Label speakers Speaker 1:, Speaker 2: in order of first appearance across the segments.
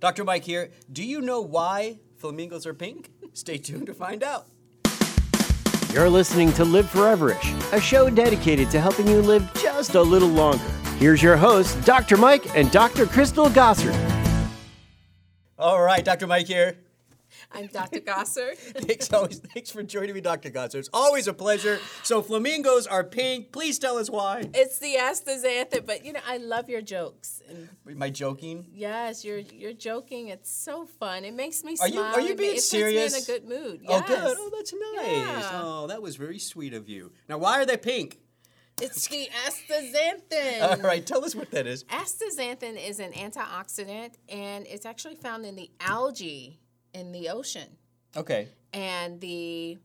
Speaker 1: Dr. Mike here. Do you know why flamingos are pink? Stay tuned to find out.
Speaker 2: You're listening to Live Foreverish, a show dedicated to helping you live just a little longer. Here's your hosts, Dr. Mike and Dr. Crystal Gossard.
Speaker 1: All right, Dr. Mike here.
Speaker 3: I'm Dr. Gosser.
Speaker 1: Thanks always thanks for joining me, Dr. Gosser. It's always a pleasure. So flamingos are pink. Please tell us why.
Speaker 3: It's the Ask the Xanthan, but you know, I love your jokes. And
Speaker 1: Am I joking?
Speaker 3: yes, you're you're joking. It's so fun. It makes me
Speaker 1: Are
Speaker 3: smile.
Speaker 1: you- are you
Speaker 3: It ma-
Speaker 1: being
Speaker 3: it
Speaker 1: serious?
Speaker 3: Puts me in a good mood.
Speaker 1: Oh good.
Speaker 3: Yes.
Speaker 1: Oh that's nice.
Speaker 3: Yeah.
Speaker 1: Oh, that was very sweet of you. Now why are they pink?
Speaker 3: It's the astaxanthin.
Speaker 1: All right, tell us what that is.
Speaker 3: Astaxanthin is an antioxidant, and it's actually found in the algae in the ocean.
Speaker 1: Okay.
Speaker 3: and the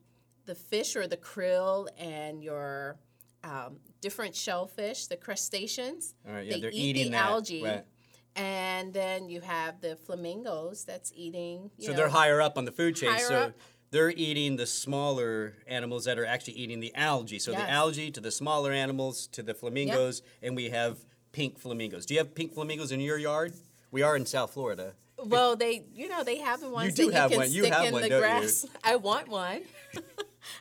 Speaker 3: the fish or the krill and your um, different shellfish, the crustaceans.
Speaker 1: All right, yeah,
Speaker 3: they
Speaker 1: they're
Speaker 3: eat
Speaker 1: eating
Speaker 3: the
Speaker 1: that,
Speaker 3: algae.
Speaker 1: right.
Speaker 3: And then you have the flamingos that's eating. You
Speaker 1: So
Speaker 3: know,
Speaker 1: they're higher up on the food chain.
Speaker 3: Higher
Speaker 1: So
Speaker 3: up.
Speaker 1: they're eating the smaller animals that are actually eating the algae. So the
Speaker 3: Yes.
Speaker 1: algae to the smaller animals to the flamingos, and we have pink flamingos. Do you have pink flamingos in your yard? We are in South Florida.
Speaker 3: Well, they you know they have the ones
Speaker 1: do have
Speaker 3: that you can
Speaker 1: one. You
Speaker 3: stick
Speaker 1: have
Speaker 3: in
Speaker 1: one,
Speaker 3: the
Speaker 1: don't you?
Speaker 3: grass. I want one.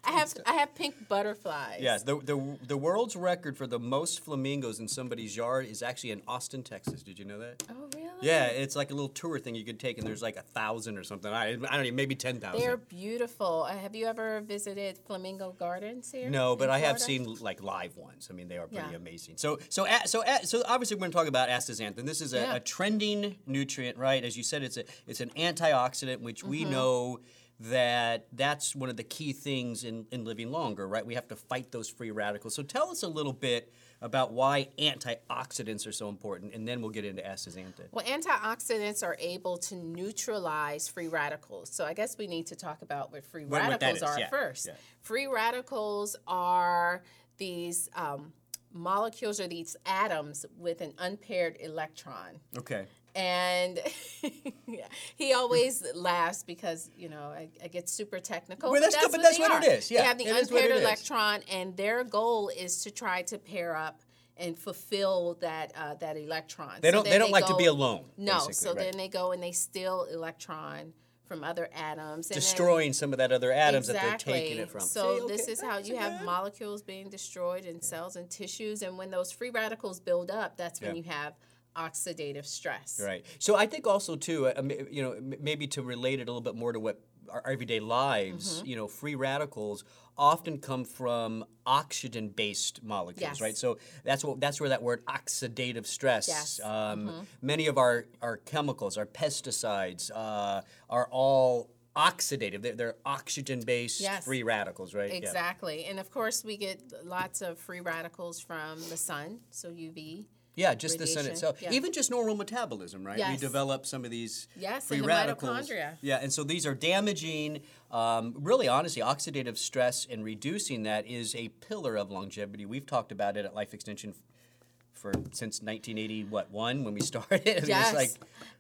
Speaker 3: I have I have pink butterflies.
Speaker 1: Yes, the, the the world's record for the most flamingos in somebody's yard is actually in Austin, Texas. Did you know that?
Speaker 3: Oh really?
Speaker 1: Yeah, it's like a little tour thing you could take, and there's like a thousand or something. I, I don't even maybe ten
Speaker 3: They're
Speaker 1: thousand.
Speaker 3: beautiful. Uh, Have you ever visited Flamingo Gardens here?
Speaker 1: No,
Speaker 3: in
Speaker 1: but I have
Speaker 3: Florida?
Speaker 1: seen like live ones. I mean, they are pretty
Speaker 3: Yeah.
Speaker 1: amazing. So, so, a- so, a- so obviously, we're going to talk about astaxanthin. This is a,
Speaker 3: Yeah.
Speaker 1: a trending nutrient, right? As you said, it's a it's an antioxidant, which we
Speaker 3: Mm-hmm.
Speaker 1: know that that's one of the key things in in living longer, right? We have to fight those free radicals. So, tell us a little bit about why antioxidants are so important, and then we'll get into astaxanthin.
Speaker 3: Well, antioxidants are able to neutralize free radicals. So I guess we need to talk about what free
Speaker 1: What- what that
Speaker 3: radicals
Speaker 1: is,
Speaker 3: are
Speaker 1: yeah,
Speaker 3: first.
Speaker 1: yeah.
Speaker 3: Free radicals are these um, molecules or these atoms with an unpaired electron.
Speaker 1: Okay.
Speaker 3: And he always laughs because, you know, I, I get super technical.
Speaker 1: Well, that's good, but that's
Speaker 3: they
Speaker 1: what it
Speaker 3: are.
Speaker 1: is. Yeah,
Speaker 3: They have the
Speaker 1: it is what
Speaker 3: unpaired
Speaker 1: it is.
Speaker 3: electron, and their goal is to try to pair up and fulfill that uh, that electron.
Speaker 1: They don't- they
Speaker 3: then
Speaker 1: don't like to be
Speaker 3: go-
Speaker 1: alone,
Speaker 3: No,
Speaker 1: basically,
Speaker 3: so
Speaker 1: right.
Speaker 3: then they go and they steal electron from other atoms. And then-
Speaker 1: Destroying some of that other atoms that
Speaker 3: exactly.
Speaker 1: they're taking it from.
Speaker 3: So
Speaker 1: See, okay,
Speaker 3: this is how
Speaker 1: that's
Speaker 3: you have
Speaker 1: good.
Speaker 3: molecules being destroyed in cells and tissues, and when those free radicals build up, that's when
Speaker 1: Yeah.
Speaker 3: you have oxidative stress.
Speaker 1: Right. So I think also too, uh, m- you know, m- maybe to relate it a little bit more to what our everyday lives,
Speaker 3: Mm-hmm.
Speaker 1: you know, free radicals often come from oxygen-based molecules,
Speaker 3: Yes.
Speaker 1: right? So that's what that's where that word oxidative stress.
Speaker 3: Yes. Mm-hmm.
Speaker 1: Um, Many of our our chemicals, our pesticides, uh, are all oxidative. They're, they're oxygen-based
Speaker 3: Yes.
Speaker 1: free radicals, right? Yeah.
Speaker 3: Exactly. And of course, we get lots of free radicals from the sun, so UV.
Speaker 1: Yeah, just the sun
Speaker 3: Radiation,
Speaker 1: itself.
Speaker 3: yeah.
Speaker 1: Even just normal metabolism, right? We
Speaker 3: Yes.
Speaker 1: develop some of these
Speaker 3: Yes,
Speaker 1: free
Speaker 3: and the
Speaker 1: radicals.
Speaker 3: mitochondria.
Speaker 1: Yeah, and so these are damaging. Um, really, honestly, oxidative stress and reducing that is a pillar of longevity. We've talked about it at Life Extension f- for since 1980, what one when we started. I mean, it's
Speaker 3: Yes.
Speaker 1: like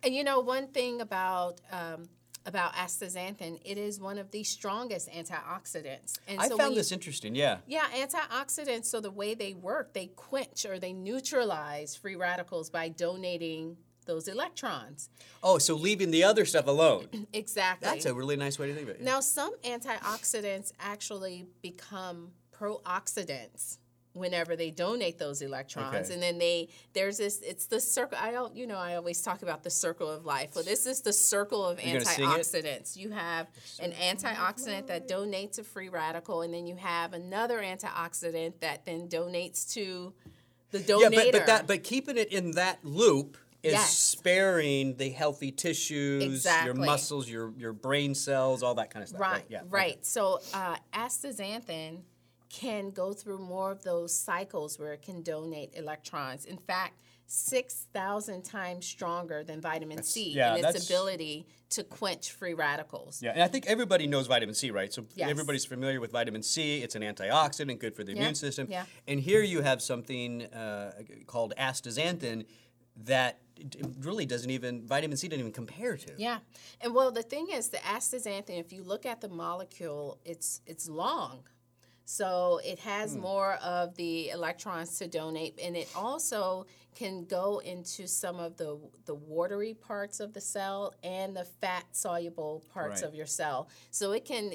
Speaker 3: and you know, one thing about um, about astaxanthin, it is one of the strongest antioxidants. And
Speaker 1: I
Speaker 3: so when
Speaker 1: found
Speaker 3: you-
Speaker 1: this interesting. Yeah.
Speaker 3: Yeah, antioxidants. So the way they work, they quench or they neutralize free radicals by donating those electrons.
Speaker 1: Oh, so leaving the other stuff alone.
Speaker 3: Exactly.
Speaker 1: That's a really nice way to think of it.
Speaker 3: Now, some antioxidants actually become pro-oxidants whenever they donate those electrons,
Speaker 1: Okay.
Speaker 3: and then they there's this. It's the circle. I don't. You know, I always talk about the circle of life. Well, this is the circle of
Speaker 1: gonna sing it?
Speaker 3: antioxidants. You have an antioxidant that donates a free radical, and then you have another antioxidant that then donates to the donator.
Speaker 1: Yeah, but, but that but keeping it in that loop is
Speaker 3: Yes.
Speaker 1: sparing the healthy tissues,
Speaker 3: Exactly.
Speaker 1: your muscles, your your brain cells, all that kind of stuff.
Speaker 3: Right,
Speaker 1: Yeah. okay.
Speaker 3: right. So uh, astaxanthin can go through more of those cycles where it can donate electrons. In fact, 6,000 times stronger than vitamin C
Speaker 1: yeah,
Speaker 3: in
Speaker 1: that's-
Speaker 3: its ability to quench free radicals.
Speaker 1: Yeah, and I think everybody knows vitamin C, right? So
Speaker 3: Yes.
Speaker 1: everybody's familiar with vitamin C. It's an antioxidant, good for the immune system.
Speaker 3: yeah.
Speaker 1: And here you have something uh, called astaxanthin that d- really doesn't even vitamin C doesn't even compare to.
Speaker 3: Yeah. And well, the thing is, the astaxanthin, if you look at the molecule, it's it's long.
Speaker 1: Hmm.
Speaker 3: So it has more of the electrons to donate, and it also can go into some of the the watery parts of the cell and the fat soluble parts
Speaker 1: Right.
Speaker 3: of your cell. So it can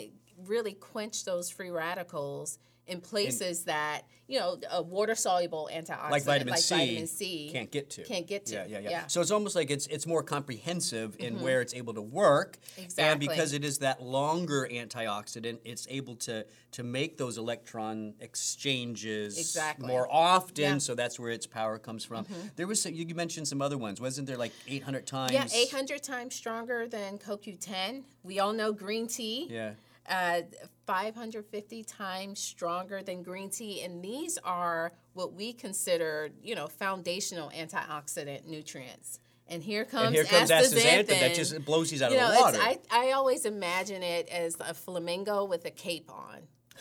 Speaker 3: really quench those free radicals in places that you know a water soluble antioxidant
Speaker 1: like vitamin, C,
Speaker 3: vitamin C
Speaker 1: can't get to.
Speaker 3: can't get to.
Speaker 1: Yeah, yeah, yeah.
Speaker 3: Yeah. Mm-hmm.
Speaker 1: So it's almost like it's it's more comprehensive in where it's able to work. And
Speaker 3: Exactly.
Speaker 1: because it is that longer antioxidant, it's able to to make those electron exchanges
Speaker 3: Exactly.
Speaker 1: more often.
Speaker 3: Yeah. Mm-hmm.
Speaker 1: So that's where its power comes from. There was some, you mentioned some other ones, wasn't there? Like eight hundred times.
Speaker 3: Yeah, 800 times stronger than CoQ10. We all know green tea.
Speaker 1: Yeah.
Speaker 3: Uh, 550 times stronger than green tea. And these are what we consider, you know, foundational antioxidant nutrients. And here comes
Speaker 1: And here comes
Speaker 3: astaxanthin.
Speaker 1: astaxanthin that just blows these out
Speaker 3: You
Speaker 1: of
Speaker 3: know,
Speaker 1: the
Speaker 3: it's,
Speaker 1: water.
Speaker 3: I, I always imagine it as a flamingo with a cape on.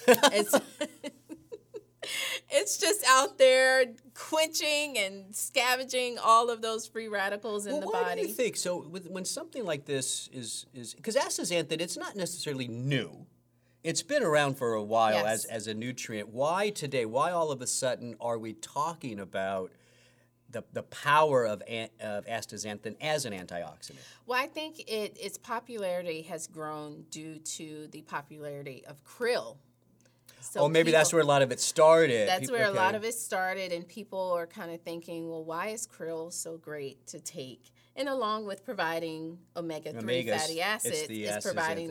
Speaker 3: It's, it's just out there quenching and scavenging all of those free radicals in
Speaker 1: Well,
Speaker 3: the
Speaker 1: why
Speaker 3: body.
Speaker 1: do you think so? With, when something like this is is because astaxanthin, it's not necessarily new. It's been around for a while as
Speaker 3: Yes.
Speaker 1: as a nutrient. Why today? Why all of a sudden are we talking about the the power of an, of astaxanthin as an antioxidant?
Speaker 3: Well, I think it, its popularity has grown due to the popularity of krill. So
Speaker 1: oh, maybe that's
Speaker 3: people-
Speaker 1: where a lot of it started.
Speaker 3: that's
Speaker 1: Peop-
Speaker 3: where a lot
Speaker 1: okay.
Speaker 3: of it started, and people are kind of thinking, well, why is krill so great to take? And along with providing omega three
Speaker 1: Omegas,
Speaker 3: fatty
Speaker 1: it's
Speaker 3: acids, it's,
Speaker 1: the
Speaker 3: providing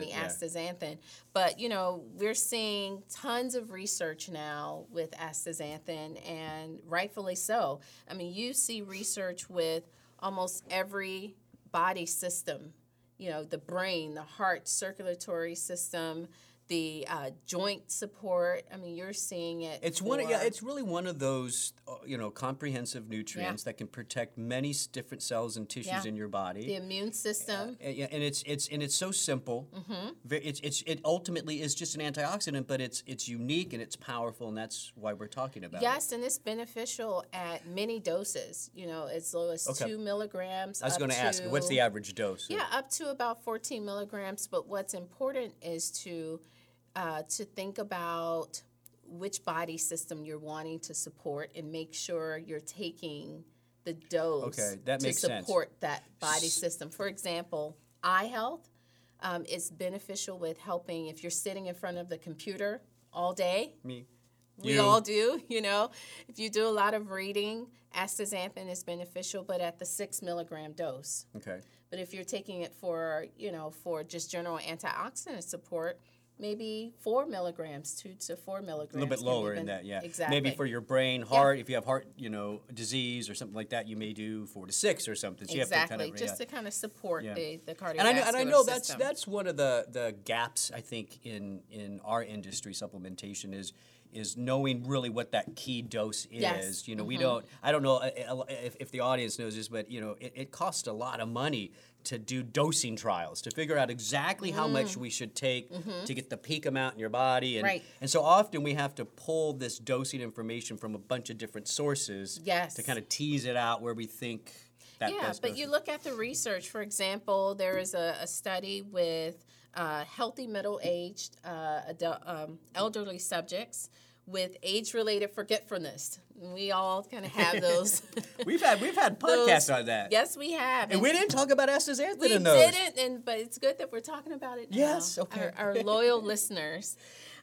Speaker 1: astaxanthin,
Speaker 3: the
Speaker 1: yeah.
Speaker 3: astaxanthin. But you know, we're seeing tons of research now with astaxanthin, and rightfully so. I mean, you see research with almost every body system. You know, the brain, the heart, circulatory system. The uh, joint support. I mean, you're seeing it.
Speaker 1: It's one.
Speaker 3: for-
Speaker 1: Yeah, it's really one of those uh, you know comprehensive nutrients that can protect many s- different cells and tissues
Speaker 3: Yeah.
Speaker 1: in your body.
Speaker 3: the immune system.
Speaker 1: Uh, yeah, and it's it's and it's so simple.
Speaker 3: Mm-hmm.
Speaker 1: Ve- It's it's it ultimately is just an antioxidant, but it's it's unique and it's powerful, and that's why we're talking about it.
Speaker 3: Yes, and it's beneficial at many doses. You know, as low as
Speaker 1: Okay.
Speaker 3: two milligrams.
Speaker 1: I was going to ask, what's the average dose?
Speaker 3: Yeah, up to about 14 milligrams. But what's important is to uh, to think about which body system you're wanting to support and make sure you're taking the dose
Speaker 1: Okay, that makes
Speaker 3: to
Speaker 1: sense.
Speaker 3: support that body system. For example, eye health um, is beneficial with helping if you're sitting in front of the computer all day.
Speaker 1: Me.
Speaker 3: We
Speaker 1: You.
Speaker 3: all do, you know. If you do a lot of reading, astaxanthin is beneficial, but at the six milligram dose.
Speaker 1: Okay.
Speaker 3: But if you're taking it for, you know, for just general antioxidant support, maybe four milligrams, two to four milligrams.
Speaker 1: A little bit
Speaker 3: can be
Speaker 1: lower in
Speaker 3: ben-
Speaker 1: that, yeah.
Speaker 3: Exactly.
Speaker 1: Maybe for your brain, heart. If you have heart, you know, disease or something like that, you may do four to six or something. So You have to
Speaker 3: exactly,
Speaker 1: kind of,
Speaker 3: just to kind of support
Speaker 1: Yeah.
Speaker 3: the, the cardiovascular
Speaker 1: and I know, and I know that's
Speaker 3: system.
Speaker 1: that's one of the, the gaps I think in in our industry supplementation is is knowing really what that key dose is.
Speaker 3: Yes. Mm-hmm.
Speaker 1: You know, we don't. I don't know uh, uh, if, if the audience knows this, but you know, it, it costs a lot of money to do dosing trials to figure out exactly how much we should take to get the peak amount in your body, and
Speaker 3: Mm. Mm-hmm. Right.
Speaker 1: and so often we have to pull this dosing information from a bunch of different sources.
Speaker 3: Yes.
Speaker 1: To kind of tease it out where we think. That
Speaker 3: yeah,
Speaker 1: best
Speaker 3: but
Speaker 1: dose
Speaker 3: you
Speaker 1: is.
Speaker 3: look at the research. For example, there is a, a study with uh, healthy middle-aged uh, adult, um, elderly subjects with age-related forgetfulness. We all kind of have those.
Speaker 1: We've had we've had podcasts on that.
Speaker 3: yes, we have.
Speaker 1: And we didn't talk about astaxanthin
Speaker 3: we
Speaker 1: in those.
Speaker 3: didn't, and but it's good that we're talking about it. now.
Speaker 1: Yes, okay.
Speaker 3: Our, our loyal listeners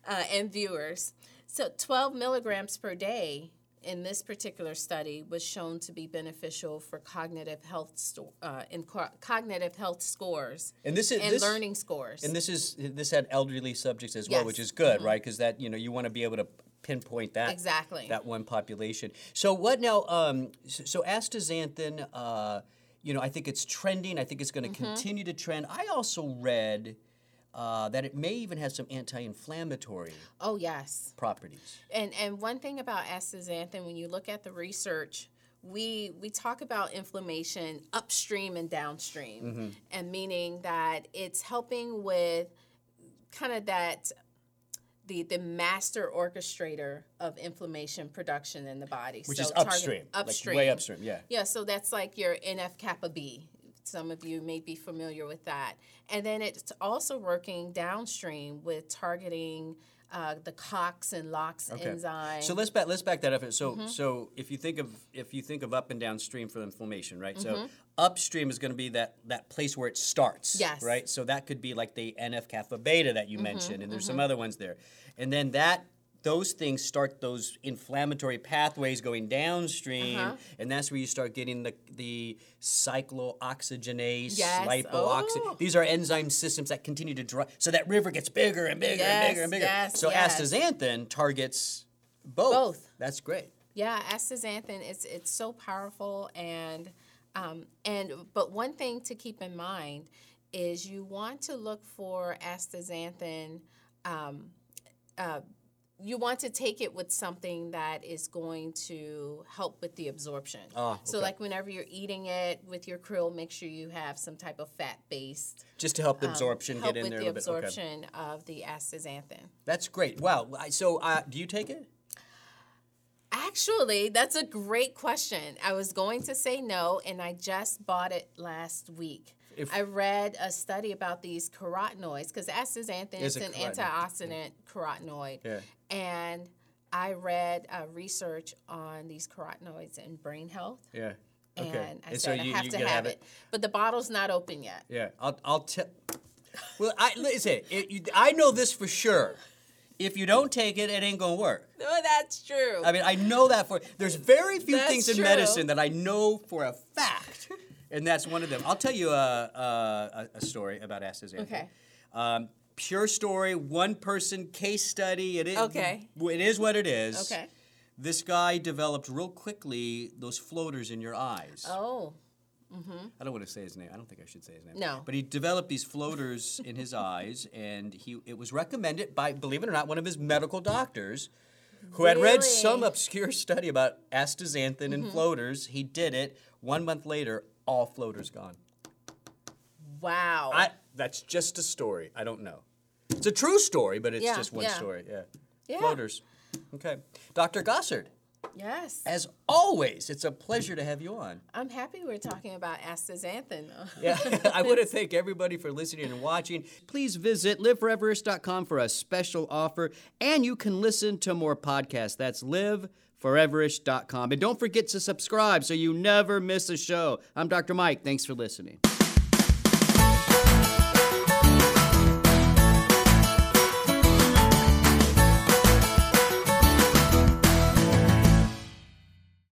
Speaker 3: uh, and viewers. So, 12 milligrams per day in this particular study was shown to be beneficial for cognitive health sto- uh, in co- cognitive health scores
Speaker 1: And this is
Speaker 3: and
Speaker 1: this,
Speaker 3: learning scores.
Speaker 1: And this is this had elderly subjects as well,
Speaker 3: Yes. Mm-hmm.
Speaker 1: which is good, right? Because that you know you want to be able to pinpoint that
Speaker 3: Exactly.
Speaker 1: that one population. So what now? Um, so, so astaxanthin, uh, you know, I think it's trending. I think it's going
Speaker 3: Mm-hmm.
Speaker 1: to continue to trend. I also read uh, that it may even have some anti-inflammatory
Speaker 3: oh yes.
Speaker 1: properties.
Speaker 3: And and one thing about astaxanthin, when you look at the research, we we talk about inflammation upstream and downstream,
Speaker 1: Mm-hmm.
Speaker 3: and meaning that it's helping with kind of that the the master orchestrator of inflammation production in the body,
Speaker 1: Which
Speaker 3: So
Speaker 1: is
Speaker 3: target-
Speaker 1: upstream, like way
Speaker 3: upstream,
Speaker 1: upstream, yeah.
Speaker 3: yeah. So that's like your NF kappa B Some of you may be familiar with that. And then it's also working downstream with targeting uh, the COX and LOX enzyme.
Speaker 1: So let's back let's back that up. So
Speaker 3: Mm-hmm.
Speaker 1: so if you think of if you think of up and downstream for inflammation, right?
Speaker 3: Mm-hmm.
Speaker 1: So upstream is going to be that that place where it starts.
Speaker 3: Yes. Mm-hmm.
Speaker 1: Right. So that could be like the NF kappa beta that you mentioned, and there's some other ones there, and then that. Those things start those inflammatory pathways going downstream,
Speaker 3: Uh-huh.
Speaker 1: and that's where you start getting the the cyclooxygenase,
Speaker 3: Yes.
Speaker 1: lipooxy-
Speaker 3: Oh.
Speaker 1: These are enzyme systems that continue to drive, so that river gets bigger and bigger and
Speaker 3: Yes,
Speaker 1: bigger and bigger.
Speaker 3: yes,
Speaker 1: so
Speaker 3: yes.
Speaker 1: astaxanthin targets both.
Speaker 3: Both.
Speaker 1: That's great.
Speaker 3: Yeah, astaxanthin it's it's so powerful and um, and but one thing to keep in mind is you want to look for astaxanthin. Um, uh, you want to take it with something that is going to help with the absorption.
Speaker 1: Ah,
Speaker 3: So,
Speaker 1: okay.
Speaker 3: like whenever you're eating it with your krill, make sure you have some type of fat based
Speaker 1: Just to help the absorption
Speaker 3: Um, help
Speaker 1: get in
Speaker 3: with
Speaker 1: there
Speaker 3: the
Speaker 1: a little bit. Okay.
Speaker 3: absorption of the astaxanthin.
Speaker 1: That's great. Wow. I- So uh, do you take it?
Speaker 3: Actually, that's a great question. I was going to say no, and I just bought it last week.
Speaker 1: If-
Speaker 3: I read a study about these carotenoids because astaxanthin
Speaker 1: Is
Speaker 3: is
Speaker 1: a
Speaker 3: an
Speaker 1: carotenoid,
Speaker 3: antioxidant carotenoid,
Speaker 1: Yeah.
Speaker 3: and I read uh, research on these carotenoids and brain health,
Speaker 1: Yeah.
Speaker 3: and I
Speaker 1: And
Speaker 3: said I have to
Speaker 1: gotta
Speaker 3: have, it. But the bottle's not open yet.
Speaker 1: Yeah. I'll I'll tell. Well, I listen. It, you, I know this for sure. If you don't take it, it ain't gonna work.
Speaker 3: No, that's true.
Speaker 1: I mean, I know that for. There's very few
Speaker 3: That's
Speaker 1: things in
Speaker 3: true.
Speaker 1: medicine that I know for a fact, and that's one of them. I'll tell you a a, a- a story about astaxanthin.
Speaker 3: Okay.
Speaker 1: Um, pure story, one person case study. It is.
Speaker 3: Okay.
Speaker 1: It is what it is.
Speaker 3: okay.
Speaker 1: This guy developed real quickly those floaters in your eyes.
Speaker 3: Oh,
Speaker 1: I don't want to say his name. I don't think I should say his name.
Speaker 3: No.
Speaker 1: But he developed these floaters in his eyes, and he it was recommended by, believe it or not, one of his medical doctors who had read some
Speaker 3: Really? Mm-hmm.
Speaker 1: obscure study about astaxanthin and floaters. He did it. One month later, all floaters gone.
Speaker 3: wow.
Speaker 1: I, that's just a story. I don't know. It's a true story, but it's
Speaker 3: Yeah,
Speaker 1: just one
Speaker 3: yeah.
Speaker 1: story. Yeah.
Speaker 3: Yeah.
Speaker 1: Floaters. Okay. Dr. Gossard,
Speaker 3: yes.
Speaker 1: as always, it's a pleasure to have you on.
Speaker 3: I'm happy we're talking about astaxanthin.
Speaker 1: Yeah, I want to thank everybody for listening and watching. Please visit liveforeverish.com for a special offer, and you can listen to more podcasts. That's liveforeverish.com. And don't forget to subscribe so you never miss a show. I'm Dr. Mike. Thanks for listening.